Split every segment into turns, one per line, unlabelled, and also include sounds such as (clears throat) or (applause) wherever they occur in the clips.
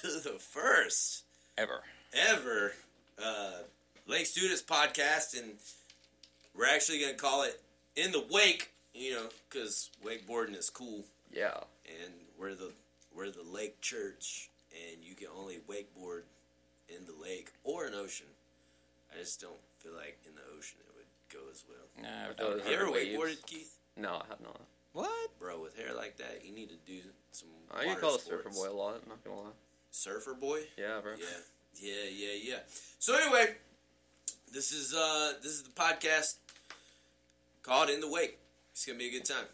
Uh,
first
ever.
ever uh, Lake Students podcast, and we're actually going to call it In the Wake, you know, because wakeboarding is cool,
Yeah.
and we're the, we're the lake church, and you can only wakeboard in the lake or an ocean. I just don't feel like in the ocean it would go as well.
Nah, without
You ever
her waves.
wakeboarded, Keith?
No, I have not.
What? Bro, with hair like that, you need to do some.
I get
water
called
sports.
Surfer Boy a lot. I'm not gonna lie.
Surfer boy?
Yeah, bro.
Yeah, yeah, yeah, yeah. So anyway, this is uh this is the podcast called In the Wake. It's gonna be a good time.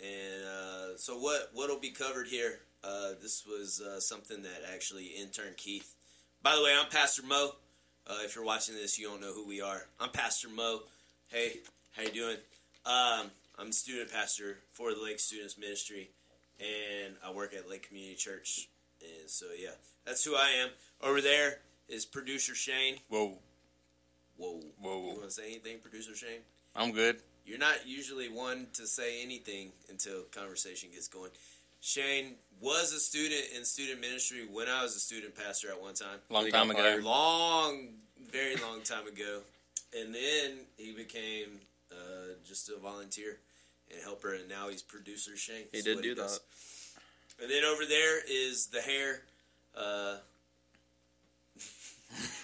And uh, so what what'll be covered here? Uh, this was uh, something that actually intern Keith. By the way, I'm Pastor Mo. Uh, if you're watching this, you don't know who we are. I'm Pastor Mo. Hey, how you doing? Um, I'm student pastor for the Lake Students Ministry, and I work at Lake Community Church. And so yeah, that's who I am. Over there is producer Shane.
Whoa,
Whoa. You
whoa.
want to say anything, producer Shane? (laughs)
I'm good.
You're not usually one to say anything until conversation gets going. Shane was a student in student ministry when I was a student pastor at one time.
Long
They
time
got
ago.
Long, very long time ago. And then he became uh, just a volunteer and helper, and now he's producer Shane.
He
That's
did
what
do
does.
that.
And then over there is the hair. Uh,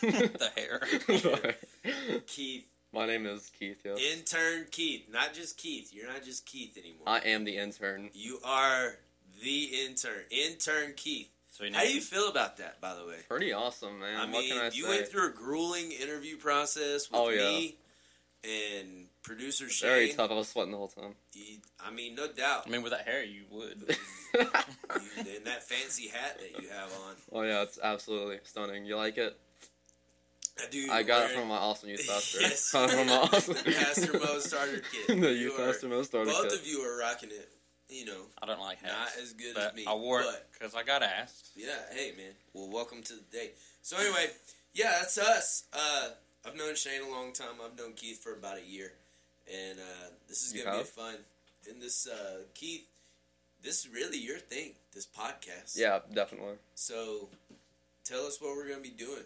the
(laughs)
hair.
Keith,
(laughs) My name is Keith. Yeah.
intern Keith, not just Keith. You're not just Keith anymore.
I am the intern.
You are the intern, intern Keith.
So you
How do you feel about that, by the way?
Pretty awesome, man.
I
what
mean,
can I
you
say?
went through a grueling interview process with
Oh, yeah.
me and producer Shane.
Very tough. I was sweating the whole time. (laughs)
You- I mean, no doubt.
I mean, with that hair, you
(laughs)
would.
You, and that fancy hat that you have on.
oh yeah, it's absolutely stunning. You like it?
That dude
I got it
wearing-
from my
(laughs)
awesome youth pastor.
Yes.
(laughs) from
(laughs)
my awesome
The Pastor Mo starter kit.
(laughs) the
You
youth
are-
pastor Mo starter
Both
kit.
of you are rocking it, you know,
I don't like hats.
not as good
but
as me.
I wore it
but-
because I got asked.
Yeah, hey man. Well, welcome to the day. So anyway, yeah, that's us. Uh, I've known Shane a long time. I've known Keith for about a year, and uh, this is
You
gonna be
have?
fun. And this uh, Keith, this is really your thing. This podcast.
Yeah, definitely.
So, tell us what we're gonna be doing.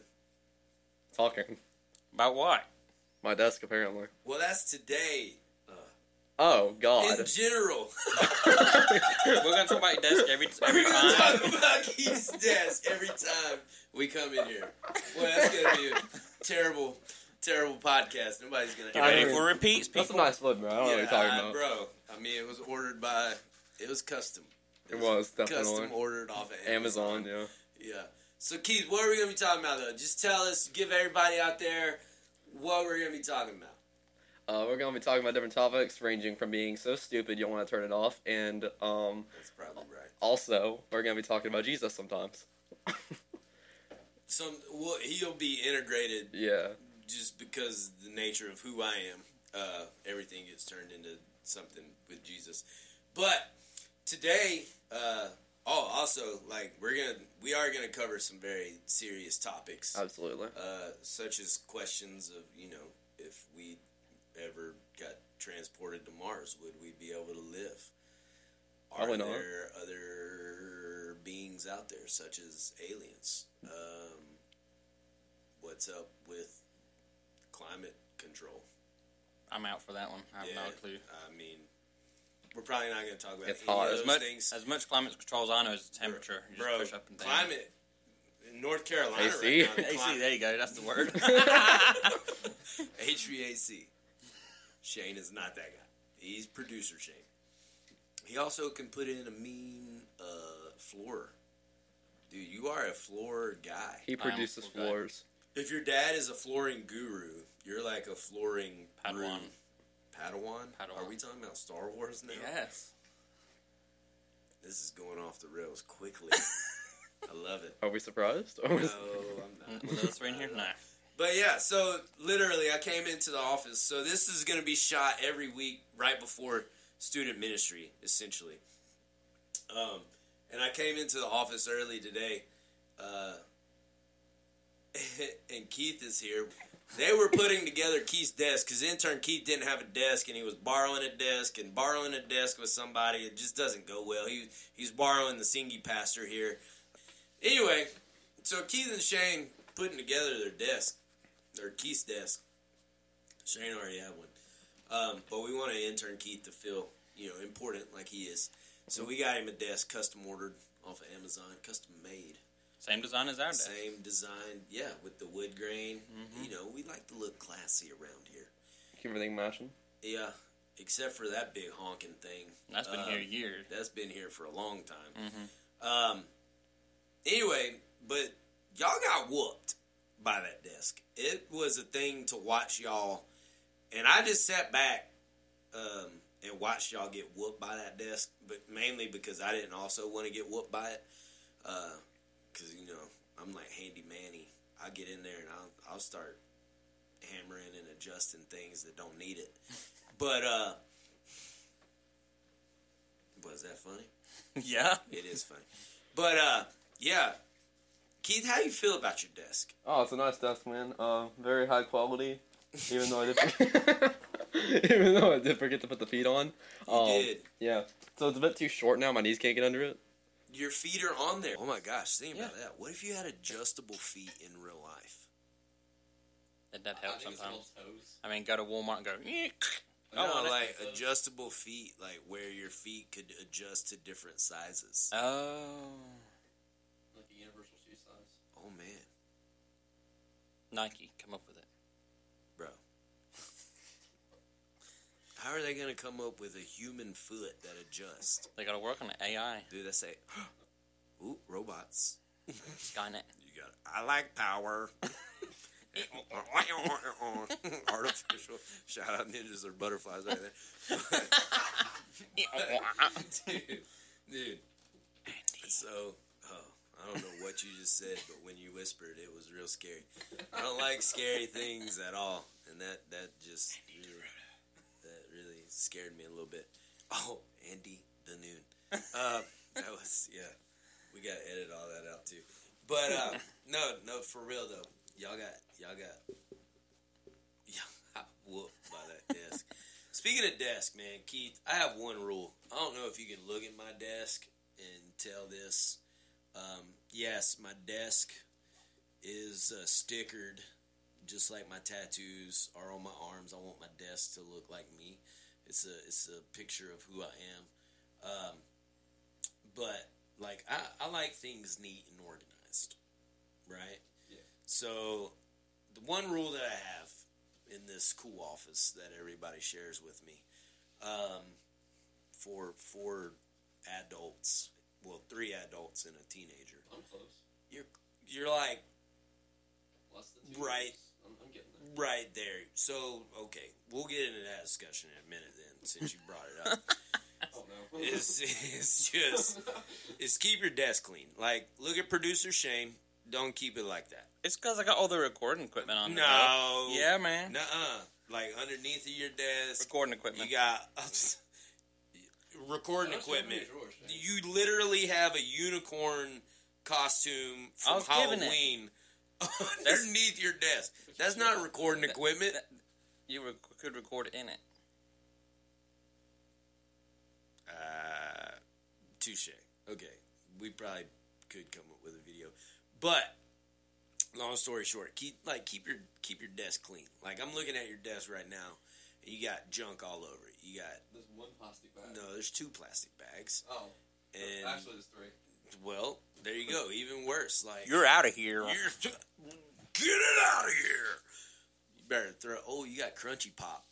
Talking.
About what?
My desk apparently.
Well, that's today. Uh,
Oh God.
in general, (laughs)
We're gonna talk about your desk every every
we're gonna
time.
talk about Keith's desk every time we come in here. Well, that's gonna be a
(laughs)
terrible, terrible podcast. Nobody's gonna.
You ready
I
for repeats,
That's a
people?
nice flip, bro. I don't know what you're talking
I-
about.
bro. I mean, it was ordered by, it was custom,
It was
custom
definitely
ordered off of
Amazon. Yeah.
Yeah. So Keith, what are we gonna be talking about though? Just tell us, give everybody out there what we're gonna be talking about.
Uh, we're gonna be talking about different topics, ranging from being so stupid you want to turn it off, and um,
That's probably right.
also we're gonna be talking about Jesus sometimes.
Some well, he'll be integrated
Yeah.
just because the nature of who I am. Uh, everything gets turned into something with Jesus. But today, uh, oh, also like we're gonna we are gonna cover some very serious topics.
Absolutely.
uh, such as questions of you know if we ever got transported to Mars, would we be able to live? Are
Probably not.
there other beings out there, such as aliens? Um, what's up with climate control?
I'm out for that one. I have no clue.
I mean, we're probably not going to talk about
It's
any
hard.
of those
As
As much,
things.
as much climate control as I know is the temperature. You just
Bro,
push up and down. (laughs)
climate in North Carolina
AC.
right now. the
AC,
climate-
there you go. That's the word.
(laughs) HVAC. Shane is not that guy. He's producer Shane. He also can put in a mean uh, floor. Dude, you are a floor guy.
He
I am
produces
full guy.
floors.
If your dad is a flooring guru, you're like a flooring
Padawan.
guru. Padawan.
Padawan.
Are we talking about Star Wars now?
yes.
This is going off the rails
(laughs)
quickly. I love it.
Are we surprised? (laughs) Or
No,
was-
I'm not.
Mm, Was there three in here? No.
But yeah, so literally, I came into the office. So this is going to be shot every week right before student ministry, essentially. Um, and I came into the office early today, uh, (laughs) and Keith is here. They were putting together Keith's desk because intern Keith didn't have a desk, and he was borrowing a desk and borrowing a desk with somebody. It just doesn't go well. He he's borrowing the Singy pastor here. Anyway, so Keith and Shane putting together their desk, their Keith's desk. Shane already had one, um, but we wanted intern Keith to feel you know important like he is. So we got him a desk custom ordered off of Amazon, custom made.
Same design as our desk.
Same design, yeah, with the wood grain.
Mhm.
You know, we like to look classy around here.
Keep everything matching.
Yeah, except for that big honking thing.
That's been
Uh, (laughs)
here years.
That's been here for a long time.
Mm-hmm.
Um. Anyway, but y'all got whooped by that desk. It was a thing to watch y'all, and I just sat back um, and watched y'all get whooped by that desk, but mainly because I didn't also want to get whooped by it. Because you know I'm like Handy Manny. I get in there and I'll I'll start hammering and adjusting things that don't need it. But uh, was that funny?
yeah.
It is funny. But uh yeah. Keith, how do you feel about your desk?
Oh, it's a nice desk, man. Uh, very high quality. Even though
(laughs)
I did, (laughs) even though I did forget to put the feet on.
You
Um,
did.
Yeah. So it's a bit too short now. My knees can't get under it.
Your feet are on there. Oh my gosh, think about that. What if you had adjustable feet in real life?
That, that helps
I think it's
sometimes.
little toes.
I mean, go to Walmart and go, "Eek." I
No,
want it.
like adjustable feet, like where your feet could adjust to different sizes.
oh.
Like the universal shoe size.
Oh man,
Nike, come up with it.
bro. How are they gonna come up with a human foot that adjusts?
They got to work on the AI,
Dude, I say, (gasps) ooh, robots.
Skynet.
You got. I like power. (laughs) Artificial. Shout out ninjas or butterflies right there. (laughs) dude, dude. So, oh, I don't know what you just said, but when you whispered, it was real scary. I don't like scary things at all, and that that just really, that really scared me a little bit. Oh, Andy the noon. Uh, that was yeah. We gotta edit all that out too. But uh, no, no, for real though, y'all got y'all got y'all got whooped by that desk. Speaking of desk, man, Keith, I have one rule. I don't know if you can look at my desk and tell this. Um, yes, my desk is uh, stickered, just like my tattoos are on my arms. I want my desk to look like me. It's a it's a picture of who I am. Um, but like I, I like things neat and organized, right?
Yeah.
So the one rule that I have in this cool office that everybody shares with me um, for for adults, well, three adults and a teenager.
I'm close.
You're like
Less than two.
Right.
years. I'm, I'm getting there.
right there. So okay, we'll get into that discussion in a minute then, since you brought it
(laughs)
up.
Oh
(laughs)
no.
it's, it's just is keep your desk clean. Like look at producer Shane. Don't keep it like that.
It's because I got all the recording equipment on. there,
No.
bro. Yeah, man.
Nuh uh. Like underneath of your desk,
Recording equipment.
you got (laughs) recording
That's just in
equipment.
your drawers, man.
You literally have a unicorn costume
I
from
was given it.
Halloween (laughs) underneath your desk. That's not recording
That-
equipment.
that- you rec- could record in it.
Uh, touche. Okay, we probably could come up with a video, but long story short, keep like keep your keep your desk clean. Like I'm looking at your desk right now, and you got junk all over it. You got
There's one plastic bag.
no, there's two plastic bags,
Uh,
Oh.
and
Actually, there's three.
well, there you go. Even worse, like
out of here.
You're t- get it out of here. You better throw. Oh, you got crunchy pop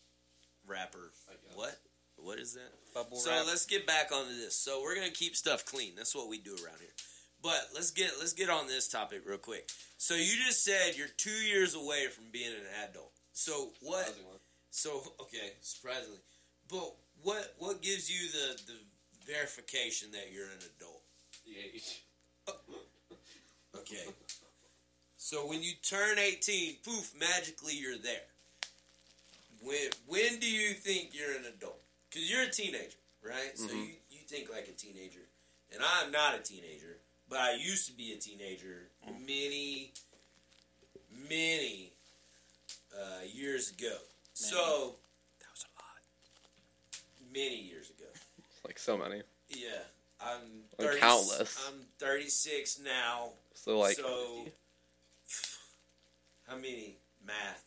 wrapper.
I guess.
What? What is that?
Bubble
so
wrap.
let's get back onto this. So we're gonna keep stuff clean. That's what we do around here. But let's get let's get on this topic real quick. So you just said you're two years away from being an adult. So what?
Surprising one.
So okay, surprisingly, but what what gives you the the verification that you're an adult?
The age.
Okay. So when you turn 18, poof, magically you're there. When when do you think you're an adult? Because you're a teenager, right? So you,
Mhm.
you think like a teenager. And I'm not a teenager, but I used to be a teenager many, many uh, years ago. So. That was a lot. Many years ago.
Like so many.
Yeah. I'm
Like
36
outless.
I'm 36 now.
So like,
so, how many math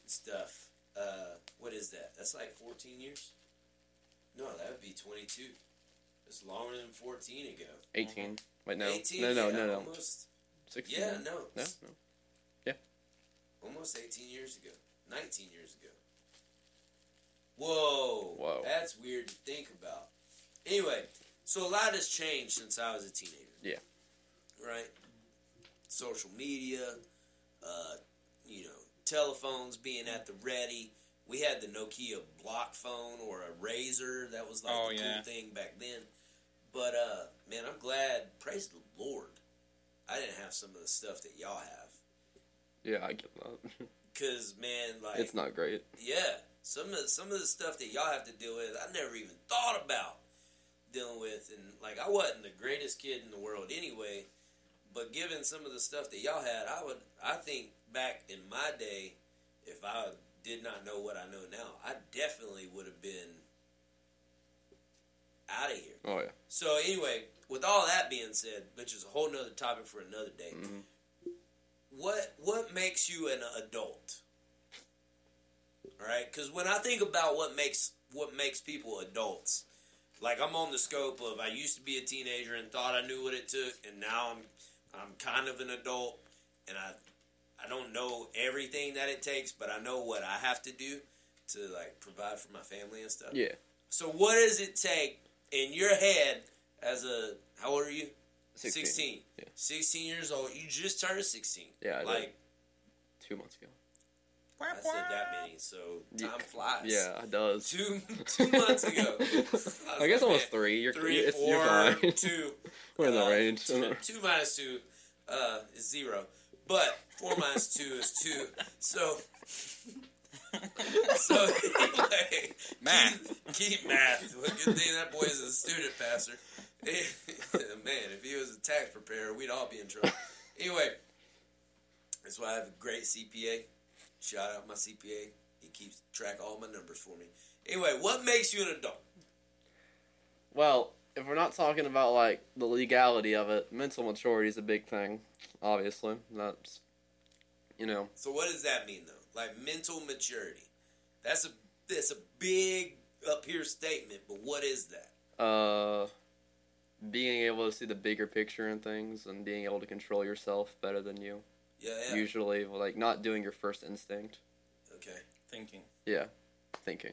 and stuff? Uh, what is that? That's like 14 years? No, that would be 22. It's longer than 14 ago.
eighteen. Wait, no,
18,
no, no,
yeah,
no, no,
Almost,
sixteen.
yeah, no,
no,
it's
no.
Almost 18 years ago. 19 years ago. Whoa.
Whoa.
That's weird to think about. Anyway, so a lot has changed since I was a teenager.
Yeah.
Right? Social media, uh, you know, telephones being at the ready. We had the Nokia block phone or a Razor. That was like
Oh,
the
yeah.
cool thing back then. But, uh, man, I'm glad. Praise the Lord. I didn't have some of the stuff that y'all have.
Yeah, I get that.
Because, man, like.
(laughs) it's not great.
Yeah, some of some of the stuff that y'all have to deal with, I never even thought about dealing with, and like I wasn't the greatest kid in the world anyway. But given some of the stuff that y'all had, I would I think back in my day, if I did not know what I know now, I definitely would have been out of here.
Oh yeah.
So anyway, with all that being said, which is a whole nother topic for another day,
hmm
what what makes you an adult all right because when i think about what makes what makes people adults like i'm on the scope of i used to be a teenager and thought i knew what it took and now i'm i'm kind of an adult and i i don't know everything that it takes but i know what i have to do to like provide for my family and stuff
Yeah.
so what does it take in your head as a how old are you
16.
16.
Yeah.
16 years old. You just turned 16.
Yeah, I did.
like,
Two months ago.
I said that many, so time
Yeah.
flies.
Yeah, it does.
Two, two months
(laughs)
ago. was
I guess
like,
almost
man,
three. You're
three,
it's,
four,
you're fine.
two.
(laughs) We're in the
uh,
range. (laughs)
Two, two minus two uh, is zero. But four minus two is two. So, (laughs) so (laughs) anyway,
Math.
Keep, keep math. Well, good thing that boy is a student pastor. (laughs) Man, if he was a tax preparer, we'd all be in trouble. Anyway, that's why I have a great CPA. Shout out my CPA. He keeps track of all my numbers for me. Anyway, what makes you an adult?
Well, if we're not talking about like the legality of it, mental maturity is a big thing. Obviously, that's you know
So what does that mean though? Like mental maturity. That's a that's a big up here statement, but what is that?
uh, being able to see the bigger picture and things, and being able to control yourself better than you
Yeah, yeah.
usually, like not doing your first instinct
Okay.
Thinking.
thinking.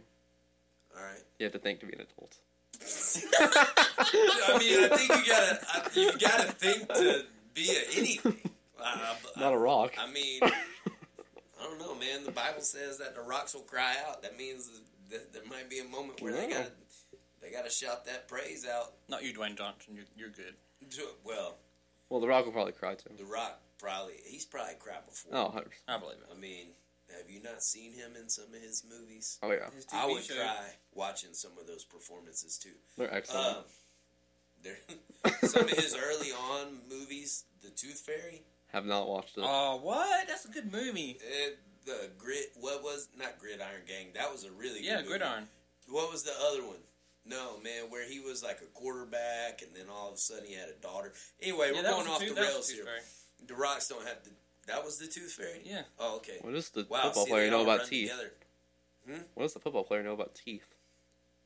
All right.
You have to think to be an
(laughs)
adult. (laughs)
I mean, I think you gotta I, you gotta think to be a anything. I, I,
not a rock.
I mean, I don't know, man. The Bible says that the rocks will cry out. That means that there might be a moment where they
Yeah.
gotta they gotta shout that praise out.
Not you, Dwayne Johnson. You're, you're good.
to- Well,
well, the rock will probably cry too.
the rock probably he's probably cried before.
Oh, 100%.
I believe it.
I mean, have you not seen him in some of his movies?
oh yeah,
His
I
TV
would
show.
cry watching some of those performances too.
they're excellent.
Um, there, (laughs) some of
(laughs)
his early on movies, The Tooth Fairy,
Have not watched it.
Oh, what? That's a good movie.
eh, the Grit, what was not Gridiron Gang? That was a really good
Yeah,
movie.
gridiron.
What was the other one? No man, where he was like a quarterback, and then all of a sudden he had a daughter. Anyway,
yeah,
we're
that
going
was a
off
two-
the
that was a
rails
two
here.
fairy.
The Rocks don't have the. That was the Tooth Fairy.
Yeah.
Oh, okay.
what does the
Wow.
football
see,
player
they
know
all
about
run
teeth?
together.
What does the football player know about teeth?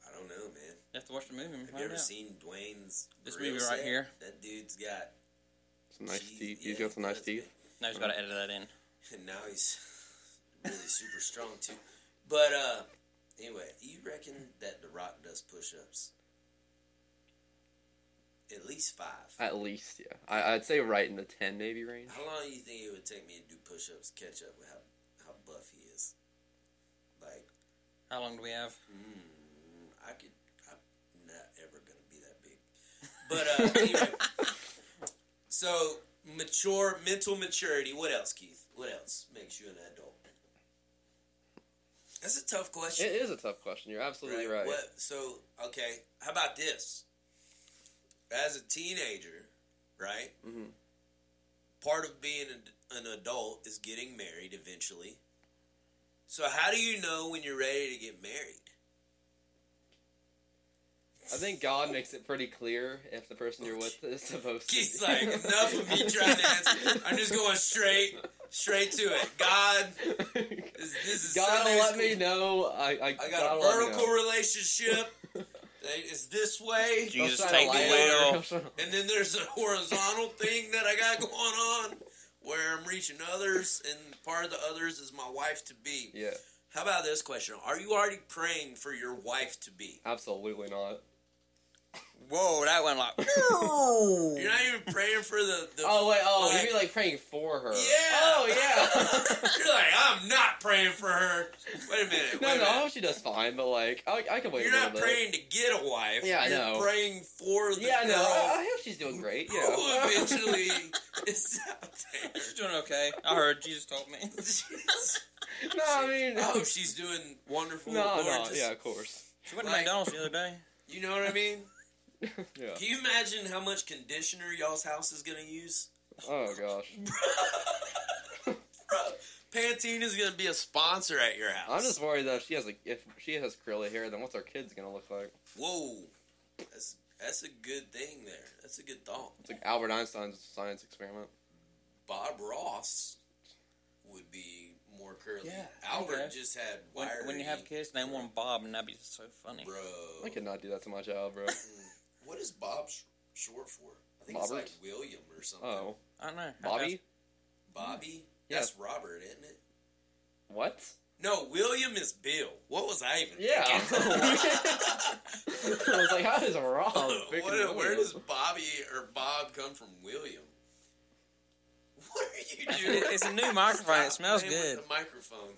I don't know, man.
You have to watch the movie. and
Have you
find
ever
out.
seen Dwayne's
This
grill
movie right
set?
here.
That dude's got
Some nice
Jeez,
teeth.
yeah,
He's got some nice
that's good.
teeth.
Now he's got to edit that in.
and now he's really super strong too. But uh, anyway, you reckon that The Rock does push-ups? At least five.
At least, yeah. I, I'd say right in the ten maybe range.
How long do you think it would take me to do push-ups, catch up with how how buff he is? Like,
How long do we have?
mm, I could. I'm not ever gonna be that big. But uh, (laughs) anyway, so mature mental maturity. What else, Keith? What else makes you an adult? That's a tough question.
It is a tough question. You're absolutely right.
What, so okay, how about this? As a teenager, right?
Mhm.
Part of being an, an adult is getting married eventually. So how do you know when you're ready to get married?
I think God makes it pretty clear if the person you're with is supposed to.
He's
be.
like, enough of me trying to answer. I'm just
(laughs)
going straight, straight to it. God, this, this is
God
Sunday
let
school.
me know. I I,
I got a
gotta let
(laughs)
me
vertical
know.
relationship. It's this way,
He'll
Jesus,
shine a
take the
light
wheel.
on it. He'll shine-
and then there's a horizontal thing that I got going on where I'm reaching others, and part of the others is my wife to be.
(laughs) Yeah,
How about this question? Are you already praying for your wife to be?
absolutely not.
Whoa, that went
(laughs)
like.
You're not even praying for the. the
Oh wait, oh
like-
you mean like praying for her?
Yeah.
Oh yeah.
(laughs) You're like, I'm not praying for her. (laughs) Wait a minute.
(laughs) no,
wait a
no, I
minute.
hope she does fine, but like I, I can wait
You're
a little
not
bit.
praying to get a wife.
Yeah, I
You're
know.
praying for the
yeah,
girl
no, I, I hope she's doing great. Yeah. (laughs)
who eventually is out there.
She's doing okay. I heard Jesus told me. (laughs)
no, I
(laughs)
mean,
I hope she's doing wonderful.
(laughs) no, no,
gorgeous.
yeah, of course. (laughs)
She went to
Like-
McDonald's the other day.
You know what I mean?
yeah.
Can you imagine how much conditioner y'all's house is gonna use?
Oh gosh,
Bro, Pantene is gonna be a sponsor at your house.
I'm just worried that if she has like if she has curly hair, then what's our kids gonna look like?
Whoa, that's that's a good thing there. That's a good thought.
It's like Albert Einstein's science experiment.
Bob Ross would be more curly.
Yeah, I
Albert
guess.
just had
When,
wiry.
when you have kids, name one Bob, and that'd be so funny.
bro.
I could not do that to my child, bro.
(clears throat) What is Bob sh- short for? I think
Robert?
it's like William or something.
Oh,
I don't know.
Bobby,
Bobby?
Yeah.
That's Robert, isn't it?
what?
No, William is Bill. What was I even
Yeah. (laughs)
(laughs)
thinking? (laughs)
I was like, how is Rob?
Oh,
picking
Oh, what, (laughs) where
William?
does Bobby or Bob come from William? (laughs) What are you doing?
It's a new microphone.
Stop
It smells
playing with
good.
The microphone.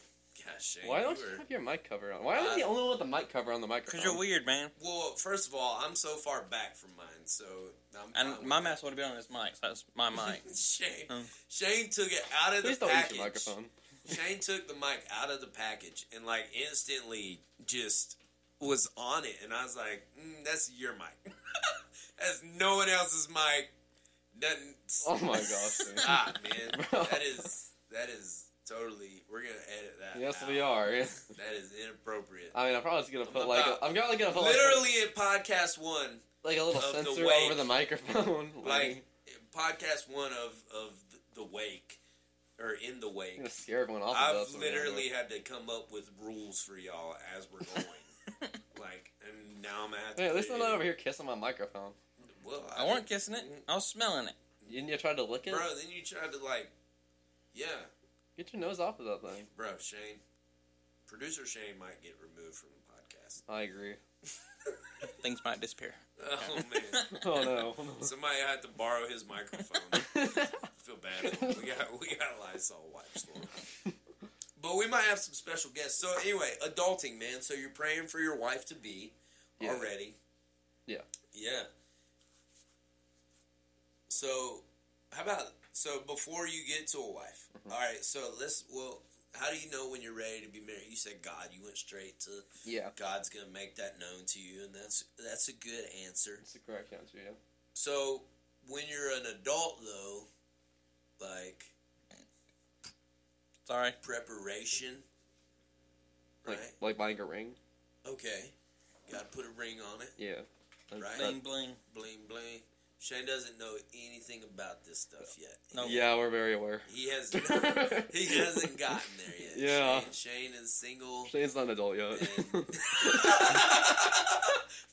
Gosh, Shane,
Why
you
don't you
were-
have your mic cover on? Why am I
Uh,
the only one with the mic cover on the microphone?
Because you're weird, man.
Well, first of all, I'm so far back from mine, so I'm.
And
fine
my
with
mouse would have been on this mic, so that's my (laughs) mic.
that. (laughs) Shane,
Oh.
Shane took it out of the
Please don't
package.
use your microphone.
Shane took the mic out of the package and like instantly just was on it, and I was like, mm, "That's your mic. (laughs) That's no one else's mic." Doesn't.
Oh
(laughs)
my gosh, dude.
Stop, man.
Bro.
That is that is totally. We're gonna edit that.
Yes,
out.
we are. (laughs)
That is inappropriate.
I mean, I'm probably just gonna
I'm
put like
about-
a, I'm probably gonna put like,
Literally in podcast one,
like a little
of the
sensor
wake.
over the microphone. (laughs)
like podcast one of of the wake or in the
I'm
wake.
gonna scare everyone off. of
I've
us when we're
literally had to come up with rules for y'all as we're going. like, and now I'm gonna have
done
to.
it. Hey, at least
put
I'm
it
not
in.
over here kissing my microphone.
Well,
I weren't kissing it. I was smelling it.
You, you tried to lick it.
bro. Then you tried to like, yeah,
Get your nose off of that thing.
bro. Shane, producer Shane might get removed from the podcast.
I agree.
Things might disappear. (laughs)
Oh man,
Oh no.
(laughs) somebody had to borrow his microphone. I feel bad. for him. We got we got Lysol wipes for him. But we might have some special guests. So anyway, adulting, man. So you're praying for your wife to be
Yeah.
already.
Yeah.
Yeah. So how about so before you get to a wife?
Mm-hmm.
all right. So let's. Well, how do you know when you're ready to be married? You said God. You went straight to
yeah,
God's going to make that known to you, and that's that's a good answer.
it's the correct answer. Yeah.
So when you're an adult, though, like
Sorry.
preparation, right?
Like like buying a ring.
okay, got to put a ring on it.
Yeah. That's-
Right.
that-
Bling bling.
Bling bling. Shane doesn't know anything about this stuff yet.
No.
Yeah, we're very aware.
(laughs) He has he hasn't gotten there yet.
Yeah.
Shane, Shane is single. (laughs)
(laughs) Shane's not an adult yet.
And-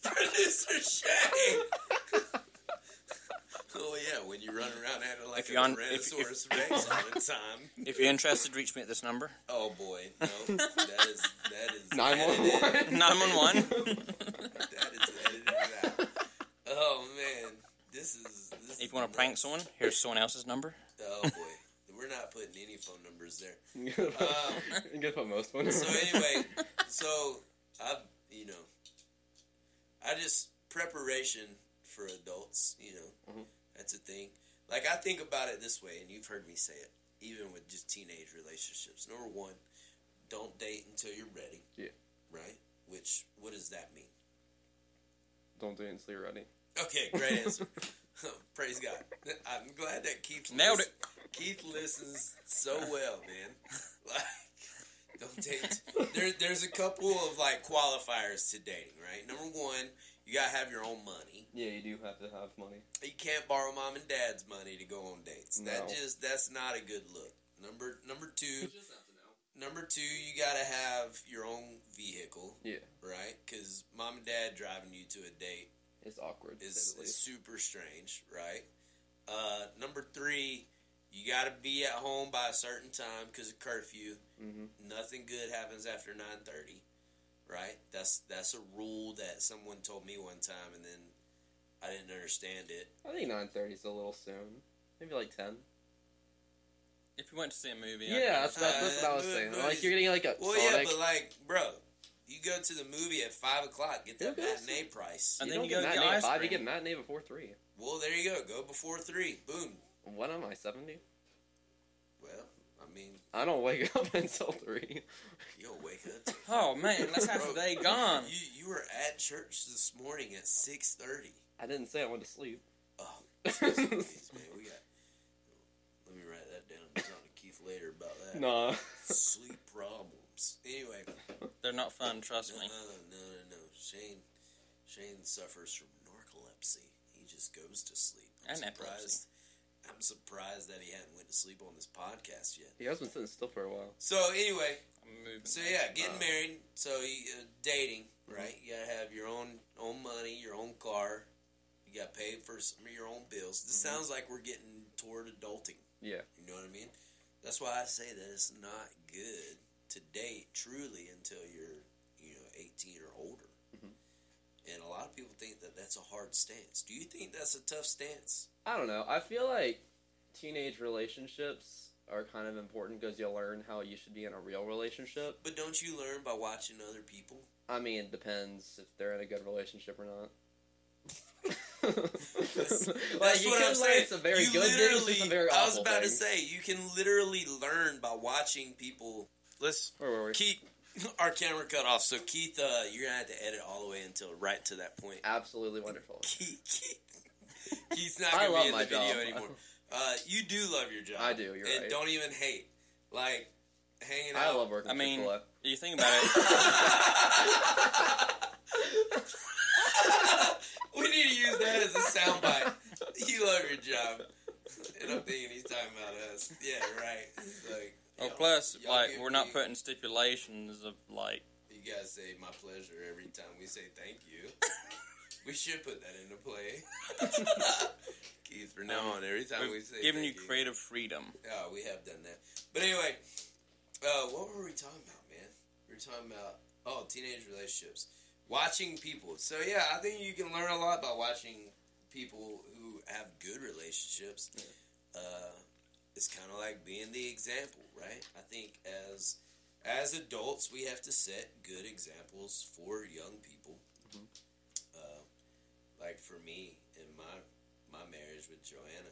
Producer Shane. (laughs) oh yeah, when you run around at it like
If
a
you're on- if-
Tyrannosaurus Rex all the time.
If you're interested, reach me at this (laughs) number.
Oh boy, no, that is that
(laughs)
is
Nine one
edited.
one.
911.
That is edited out. Oh man, this is. This
If you want to prank someone, here's someone else's number.
Oh boy, we're not putting any phone numbers there.
You (laughs) gotta put-
Um,
you gotta put most one.
So anyway, so I, you know, I just preparation for adults. You know,
Mhm.
that's a thing. Like I think about it this way, and you've heard me say it, even with just teenage relationships. Number one, don't date until you're ready.
Yeah.
Right. Which what does that mean?
Don't do it until you're ready.
Okay, great answer. (laughs) Praise God. I'm glad that Keith
Nailed
lis- Keith listens so well, man. (laughs) Like, don't take. There, there's a couple of like qualifiers to dating, right? Number one, You gotta have your own money.
(laughs) Yeah, you do have to have money.
You can't borrow mom and dad's money to go on dates. That
No.
just that's not a good look. Number number two,
You just have to know.
number two, you gotta have your own vehicle,
Yeah,
right? Because mom and dad driving you to a date
it's awkward. to
is,
say the
is
least.
super strange, right? Uh, number three, you got to be at home by a certain time because of curfew.
Mhm.
Nothing good happens after nine thirty, right? That's that's a rule that someone told me one time, and then I didn't understand it.
I think nine thirty is a little soon. Maybe like ten.
If you went to see a movie,
Yeah,
I guess.
that's, that's, that's what I was
Uh,
saying.
no,
Like you're getting like a
Well, yeah,
Sonic.
but like, bro, you go to the movie at five o'clock, get that
Who goes to-
matinee price.
And
you
then
don't get
you go get
matinee at
ice
five. You get
cream.
matinee before three.
Well, there you go. Go before three. Boom.
What am I seventy?
Well, I mean,
I don't wake (laughs) up until three.
you'll wake up. to-
Oh man, that's
(laughs)
half
Bro,
the day gone.
You you were at church this morning at six thirty.
I didn't say I went to sleep. (laughs)
(laughs)
Oh, Jesus, man, we got. Let me write that down. I'm talking to Keith later about that.
No.
Sleep problems. Anyway,
They're not fun, trust
no,
me.
no, no, no, no. Shane, Shane suffers from narcolepsy. He just goes to sleep. I'm
And
surprised. I'm surprised that he hadn't went to sleep on this podcast yet.
You guys been sitting still for a while.
So anyway,
I'm moving.
So yeah, getting
Uh, Mhm.
married. So you, uh, dating, right? You gotta have your own own money, your own car. You got paid for some of your own bills. This
Mhm.
sounds like we're getting toward adulting.
Yeah.
You know what I mean? That's why I say that it's not good to date truly until you're you know 18 or older.
Mhm.
And a lot of people think that that's a hard stance. Do you think that's a tough stance?
I don't know. I feel like teenage relationships are kind of important because you'll learn how you should be in a real relationship.
But don't you learn by watching other people?
I mean, it depends if they're in a good relationship
(laughs)
or not. (laughs)
That's
That's,
what I'm saying.
Some very
you
good things
literally,
and some very awful
I was about
things.
to say, you can literally learn by watching people. Let's
Where were we?
Keith. (laughs) Our camera cut off, so Keith, uh, you're gonna have to edit all the way until right to that point. (laughs)
Absolutely wonderful.
Keith, Keith, Keith's not
I
gonna
love
be in
my
the video
job. (laughs)
anymore. Uh, you do love your job.
I do, you're
and
right.
Don't even hate, like hanging
I
out.
love working.
I mean-
Chick-fil-A.
You think about it.
we need to use (laughs) that as a soundbite. (laughs) You love your job, and I'm thinking he's talking about us. Yeah, right. Like, y'all-
Well, Oh, plus,
y'all
like,
give
we're not
me-
putting stipulations of like.
You guys say my pleasure every time we say thank
(laughs)
you. we should put that into play. Keith, for now on, every time we
we've
say
given you
thank
creative freedom.
Oh, we have done that. But anyway, uh, what were we talking about, man? We were talking about oh, teenage relationships, watching people. So yeah, I think you can learn a lot by watching people who have good relationships. Uh, it's kind of like being the example, right? I think as as adults, we have to set good examples for young people.
Mhm.
Uh, like for me in my my marriage with Joanna,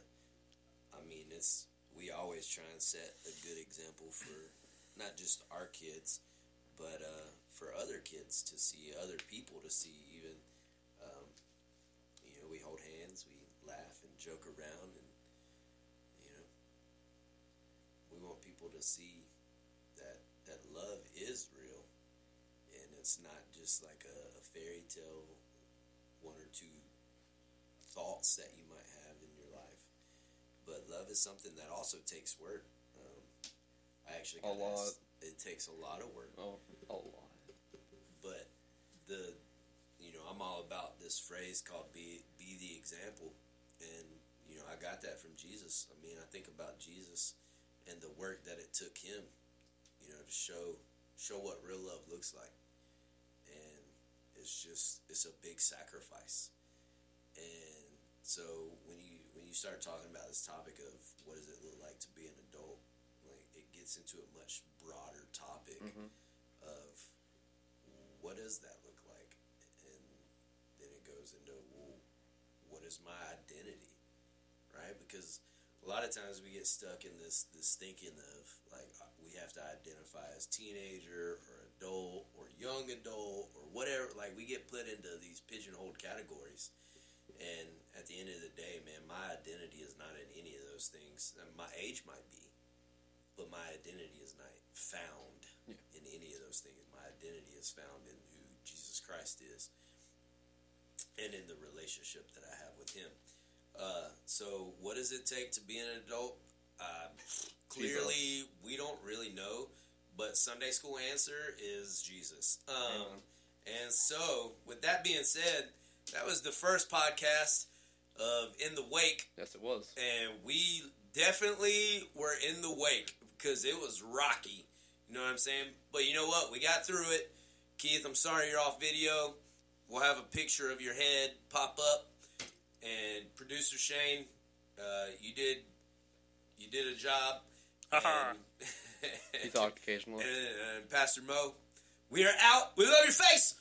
I mean, it's we always try and set a good example for not just our kids, but uh, for other kids to see, other people to see. Even um, you know, we hold hands, we laugh and joke around, and you know, we want people to see that that love is real, and it's not just like a, a fairy tale, one or two thoughts that you might have in your life but love is something that also takes work. Um, I actually
A
got
lot.
asked- it takes a lot of work,
Oh, a lot.
but the you know I'm all about this phrase called be be the example, and you know I got that from Jesus. I mean I think about Jesus and the work that it took him, you know, to show show what real love looks like, and it's just it's a big sacrifice, and so when you when you start talking about this topic of what does it look like to be an adult, like it gets into a much broader topic
Mhm.
of what does that look like, and then it goes into well, what is my identity, right? Because a lot of times we get stuck in this this thinking of like uh, we have to identify as teenager or adult or young adult or whatever. Like we get put into these pigeonholed categories. And at the end of the day, man, my identity is not in any of those things. And My age might be, but my identity is not found
Yeah.
in any of those things. My identity is found in who Jesus Christ is. and in the relationship that I have with him. Uh, so, what does it take to be an adult? Um, clearly, we don't really know, but Sunday school answer is Jesus. Um,
Amen.
and so, with that being said, that was the first podcast of In the Wake,
Yes, it was.
and we definitely were in the wake because it was rocky. You know what I'm saying? But you know what? We got through it. Keith, I'm sorry you're off video. We'll have a picture of your head pop up. And producer Shane, uh, you did you did a job.
Haha.
And- (laughs)
He talked occasionally.
and, and Pastor Mo, we are out. We love your face.